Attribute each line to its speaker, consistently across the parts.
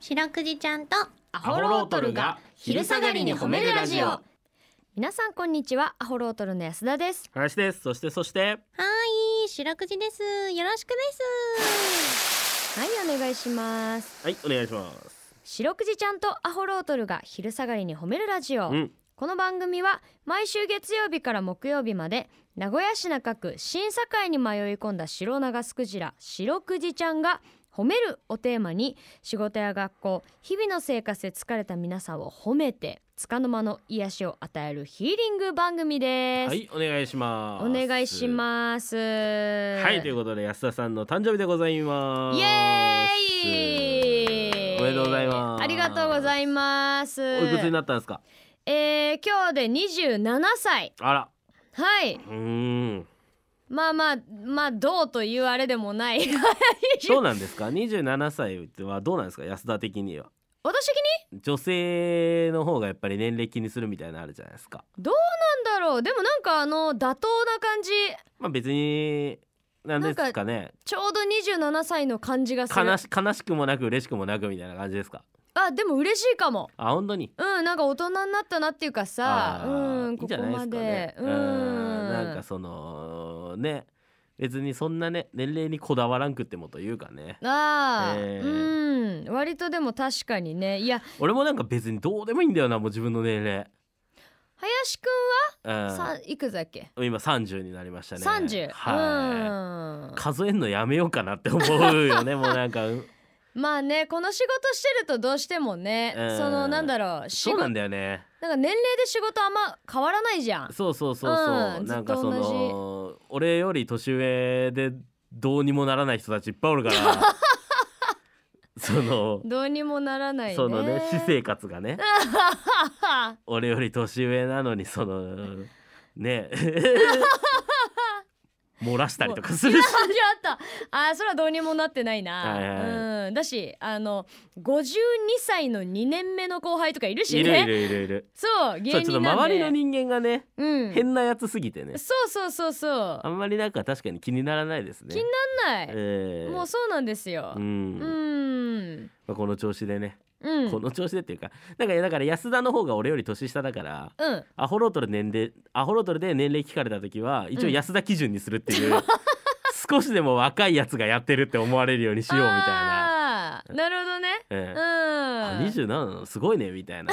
Speaker 1: 白くじちゃんとア
Speaker 2: ホロートルが昼下がりに褒めるラジオ
Speaker 3: 皆さんこんにちはアホロートルの安田です
Speaker 2: 林ですそしてそして
Speaker 1: はい白くじですよろしくです
Speaker 3: はいお願いします
Speaker 2: はいお願いします
Speaker 3: 白くじちゃんとアホロートルが昼下がりに褒めるラジオ、
Speaker 2: うん
Speaker 3: この番組は毎週月曜日から木曜日まで名古屋市中区審査会に迷い込んだ白長スクジラ白くじちゃんが褒めるをテーマに仕事や学校日々の生活で疲れた皆さんを褒めて束の間の癒しを与えるヒーリング番組です、
Speaker 2: はいお願いします
Speaker 3: お願いします
Speaker 2: はいということで安田さんの誕生日でございます
Speaker 3: イエーイ
Speaker 2: おめでとうございます
Speaker 3: ありがとうございます
Speaker 2: おいくつになったんですか
Speaker 3: えー、今日で27歳
Speaker 2: あら
Speaker 3: はい
Speaker 2: うん
Speaker 3: まあまあまあどうというあれでもない 私的に
Speaker 2: どうなんですか27歳はどうなんですか安田的には女性の方がやっぱり年齢気にするみたいなのあるじゃないですか
Speaker 3: なんだろうでもなんかあの妥当な感じ
Speaker 2: まあ別になんですかね
Speaker 3: ちょうど27歳の感じがする
Speaker 2: 悲し悲しくもなく嬉しくもなくみたいな感じですか
Speaker 3: あでも嬉しいかも
Speaker 2: あ本当に
Speaker 3: うんなんか大人になったなっていうかさ
Speaker 2: あー
Speaker 3: うん
Speaker 2: いいん
Speaker 3: こ
Speaker 2: じ
Speaker 3: こ
Speaker 2: ゃないで
Speaker 3: ますで
Speaker 2: かね
Speaker 3: うん
Speaker 2: なんかそのね別にそんなね年齢にこだわらんくってもというかね
Speaker 3: ああ、
Speaker 2: え
Speaker 3: うん割とでも確かにねいや
Speaker 2: 俺もなんか別にどうでもいいんだよなもう自分の年齢、
Speaker 3: 林く
Speaker 2: うん
Speaker 3: さ
Speaker 2: ん、
Speaker 3: んいくつだっけ
Speaker 2: 今30になりましたね
Speaker 3: 三十、う
Speaker 2: はい
Speaker 3: ん
Speaker 2: 数えんのやめようかなって思うよねもうなんかうん
Speaker 3: まあねこの仕事してるとどうしてもね、
Speaker 2: うん
Speaker 3: そのなんだろう 仕
Speaker 2: そう
Speaker 3: 事
Speaker 2: なんだよね
Speaker 3: なんか年齢で仕事あんま変わらないじゃん。
Speaker 2: そうそうそうそう、
Speaker 3: うん
Speaker 2: なんか
Speaker 3: ずっ
Speaker 2: そ
Speaker 3: と同じ
Speaker 2: の俺より年上でどうにもならない人たちいっぱいおる からその、
Speaker 3: どうにもならないね。
Speaker 2: そのね私 生活がね俺より年上なのにその ね漏らしたりとかするし
Speaker 3: あったあったあーそれはどうにもなってないな、
Speaker 2: はいはい
Speaker 3: うん、だしあの52歳の2年目の後輩とかいるしね
Speaker 2: いるいるいるいる
Speaker 3: そう
Speaker 2: そ
Speaker 3: 芸
Speaker 2: うちょっ
Speaker 3: 人
Speaker 2: と
Speaker 3: なんで
Speaker 2: 周りの人間がね
Speaker 3: うん、
Speaker 2: 変なやつすぎてね
Speaker 3: そうそうそうそう
Speaker 2: あんまりなんか確かに気にならないですね
Speaker 3: 気になんない、
Speaker 2: ええ
Speaker 3: もうそうなんですよ
Speaker 2: う
Speaker 3: うんんうん、
Speaker 2: まあ、この調子でね
Speaker 3: うん、
Speaker 2: この調子でっていうかなんかだから安田の方が俺より年下だからアホロートル年齢アホロートルで年齢聞かれた時は一応
Speaker 3: うん
Speaker 2: 安田基準にするっていう、少しでも若いやつがやってるって思われるようにしようみたいな。
Speaker 3: あーなるほどね
Speaker 2: うんあ
Speaker 3: うん
Speaker 2: 27なのすごいねみたい な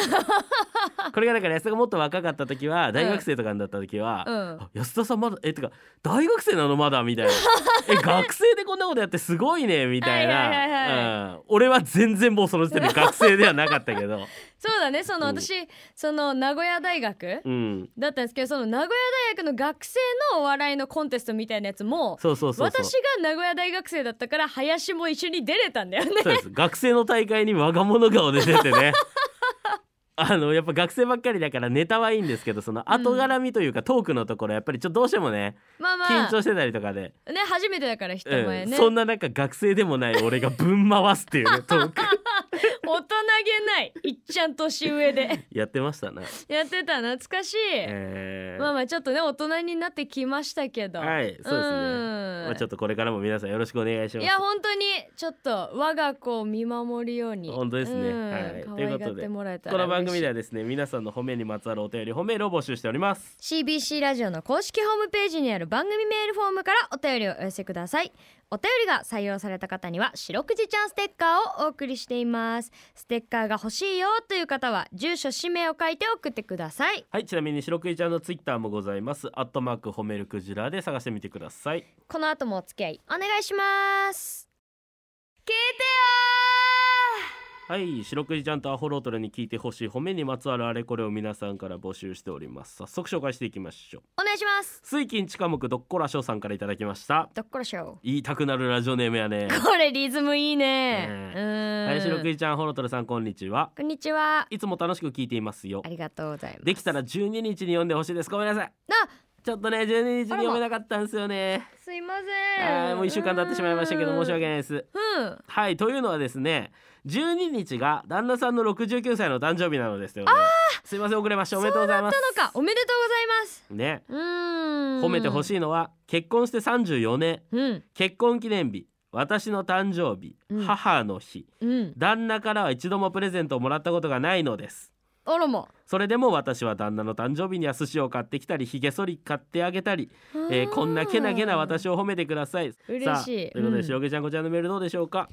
Speaker 2: これがだから安田がもっと若かった時は大学生とかになった時は、
Speaker 3: うん
Speaker 2: あ安田さんまだえってか大学生なのまだ みたいなえ学生でこんなことやってすごいねみたい
Speaker 3: はいはいはい
Speaker 2: なうん俺は全然もうその時点で学生ではなかったけど、
Speaker 3: そうだねその
Speaker 2: うん
Speaker 3: 私、その名古屋大学
Speaker 2: うん、
Speaker 3: だったんですけどその名古屋大学の学生のお笑いのコンテストみたいなやつも
Speaker 2: そうそうそうそう
Speaker 3: 私が名古屋大学生だったから林も一緒に出れたん だよね
Speaker 2: そうです学生の大会に我が物顔で出てね あのやっぱ学生ばっかりだからネタはいいんですけどその後絡みというか、トークのところやっぱりちょっとどうしてもね
Speaker 3: まあま
Speaker 2: 緊
Speaker 3: あ
Speaker 2: 張してたりとかで、
Speaker 3: ね初めてだから人
Speaker 2: うん
Speaker 3: 前ね、
Speaker 2: そんななんか学生でもない俺がぶん回すっ ていうねトー
Speaker 3: 大
Speaker 2: ク
Speaker 3: 人げないいっちゃん年上 で
Speaker 2: やってました な。
Speaker 3: やってた懐かしい、
Speaker 2: えー
Speaker 3: まあまあちょっとね大人になってきましたけど
Speaker 2: はいそうですねまあちょっとこれからも皆さんよろしくお願いし
Speaker 3: い
Speaker 2: ます。
Speaker 3: や本当にちょっと我が子を見守るように
Speaker 2: 本当ですね
Speaker 3: うん
Speaker 2: はい
Speaker 3: 可
Speaker 2: とい
Speaker 3: 愛
Speaker 2: うことで
Speaker 3: がってもらえたら
Speaker 2: この番組で
Speaker 3: で
Speaker 2: はですね皆さんの褒めにまつわるお便り褒めるを募集しております。
Speaker 3: CBC ラジオの公式ホームページにある番組メールフォームからお便りをお寄せくださいお便りが採用された方には「白くじちゃんステッカー」をお送りしていますステッカーが欲しいよという方は住所氏名を書いて送ってください
Speaker 2: はいちなみに白クイちゃんのツイッターもございます。アットマーク褒めるクジラで探してみてください。
Speaker 3: この後もお付き合いお願いします聞いてよ
Speaker 2: はい白くじちゃんとアホロートルに聞いてほしい褒めにまつわるあれこれを皆さんから募集しております早速紹介していきましょ
Speaker 3: ー
Speaker 2: う
Speaker 3: お願いします
Speaker 2: 水金地下木どっこらしょうさんからいただきました
Speaker 3: どっこらしょ
Speaker 2: 言いたくなるラジオネームやね
Speaker 3: うこれリズムいいね
Speaker 2: ね
Speaker 3: うん
Speaker 2: はい白くじちゃんアホロートルさんこんにちは
Speaker 3: こんにちはい
Speaker 2: つも楽しく聞いていますよ
Speaker 3: ありがとうございます。
Speaker 2: できたら12日に読んでほしいですごめんなさい
Speaker 3: あ
Speaker 2: ちょっとね12日に読めなかったんですよね
Speaker 3: すいま
Speaker 2: は
Speaker 3: せ
Speaker 2: い
Speaker 3: ん。
Speaker 2: もう1週間経ってしまいましたけど申し訳
Speaker 3: い。
Speaker 2: ないです
Speaker 3: うん。
Speaker 2: はいというのはですね12日が旦那さんの69歳の誕生日なのですよねすいません遅れましたおめでとうございます
Speaker 3: なのかおめでとうございます。
Speaker 2: ね
Speaker 3: うーん。
Speaker 2: 褒めてほ
Speaker 3: い。
Speaker 2: しいのは結婚して34年
Speaker 3: うん。
Speaker 2: 結婚記念日私の誕生日、
Speaker 3: うん
Speaker 2: 母の日
Speaker 3: うん
Speaker 2: 旦那からは一度もプレゼントをもらったことがないのです
Speaker 3: あらま
Speaker 2: それでも私は旦那の誕生日には寿司を買ってきたりひげ剃り買ってあげたり、えーこんなけなけな私
Speaker 3: を
Speaker 2: を褒めてください
Speaker 3: 嬉しい
Speaker 2: さあということ
Speaker 3: うん
Speaker 2: でしおげちゃんこちゃんのメールどうでしょうか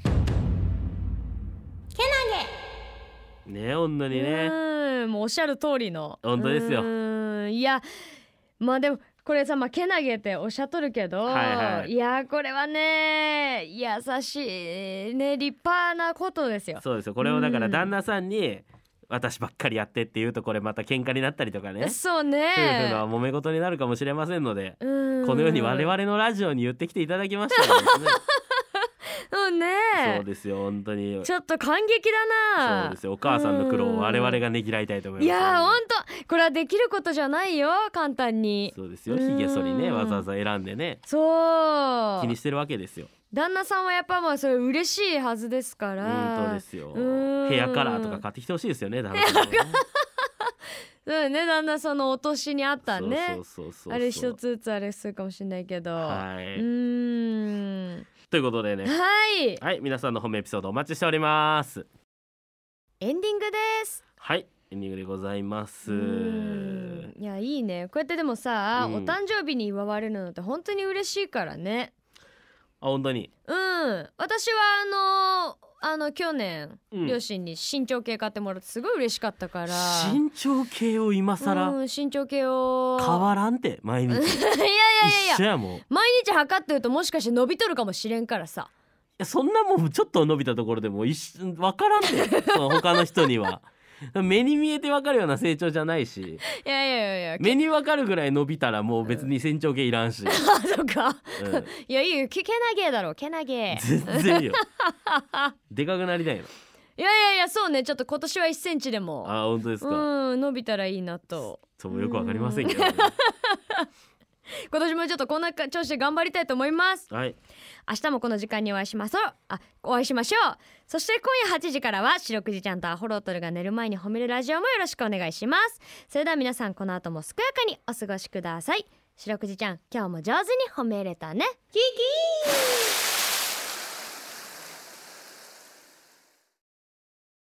Speaker 2: けなげねえ本当にね
Speaker 3: うんもうおっしゃる通りの
Speaker 2: 本当ですよ
Speaker 3: うんいやまあでもこれさまあけなげっておっしゃっとるけど、
Speaker 2: はいはい
Speaker 3: やこれはね優しいね立派なことですよ
Speaker 2: そうですよこれをだか
Speaker 3: う
Speaker 2: ら
Speaker 3: ん
Speaker 2: 旦那さんに私ばっかりやってっていうとこれまた喧嘩になったりとかね
Speaker 3: そう
Speaker 2: 夫婦
Speaker 3: ね
Speaker 2: の揉め事になるかもしれませんので、
Speaker 3: うん
Speaker 2: このように我々のラジオに言ってきていただきまし たからですね
Speaker 3: うんね
Speaker 2: そうですよ本当に
Speaker 3: ちょっと感激だな
Speaker 2: そうですよお母さんの苦労
Speaker 3: うん
Speaker 2: を我々がねぎらいたいと思います
Speaker 3: いやーほんとこれはできることじゃないよ簡単に
Speaker 2: そうですよひげ剃りね
Speaker 3: うん
Speaker 2: わざわざ選んでね
Speaker 3: そう
Speaker 2: 気にしてるわけですよ
Speaker 3: 旦那さんはやっぱまあそれ嬉しいはずですから
Speaker 2: 本当ですよ
Speaker 3: うん
Speaker 2: ヘアカラーとか買ってきてほしいですよね旦那さんもね
Speaker 3: そうね旦那さんのお年にあったね
Speaker 2: そうそうそうそう
Speaker 3: あれ一つずつあれするかもしれないけど、
Speaker 2: は
Speaker 3: う
Speaker 2: い、
Speaker 3: ーん
Speaker 2: ということでね
Speaker 3: はい
Speaker 2: はい皆さんの褒めエピソードお待ちしております
Speaker 3: エンディングです
Speaker 2: はいエンディングでございます
Speaker 3: うーんいやいいねこうやってでもさ、
Speaker 2: うん
Speaker 3: お誕生日に祝われるのって本当に嬉しいからね
Speaker 2: あ本当に
Speaker 3: うん私はあのあの去年、
Speaker 2: うん
Speaker 3: 両親に身長計買ってもらってすごい嬉しかったから
Speaker 2: 身長計を今更
Speaker 3: うん身長計を
Speaker 2: 変わらんて毎日
Speaker 3: いやいやいやい
Speaker 2: 一緒
Speaker 3: や
Speaker 2: やもんい
Speaker 3: 毎日測ってるともしかして伸びとるかもしれんからさ
Speaker 2: やそんなもんちょっと伸びたところでもう一緒わからん てその他の人には目に見えてわかるような成長じゃな いし
Speaker 3: いやいやいやいや
Speaker 2: 目にわかるぐらい伸びたらもう別に身長計いらん し、
Speaker 3: あそうか
Speaker 2: うん
Speaker 3: いやいいよけけなげだろけなげ
Speaker 2: 全 然いいよでかくなりたいの
Speaker 3: いやいやいやそうねちょっと今年は1センチでも
Speaker 2: あ本当ですか、
Speaker 3: うん伸びたらいいなと
Speaker 2: そうよくわかりませんけどね、
Speaker 3: 今年もちょっとこんなか調子で頑張りたいと思います
Speaker 2: はい
Speaker 3: 明日もこの時間にお会いしましょうあお会いしましょうそして今夜8時からは白くじちゃんとアホロートルが寝る前に褒めるラジオもよろしくお願いしますそれでは皆さんこの後も健やかにお過ごしください白くじちゃん今日も上手に褒めれたねキキー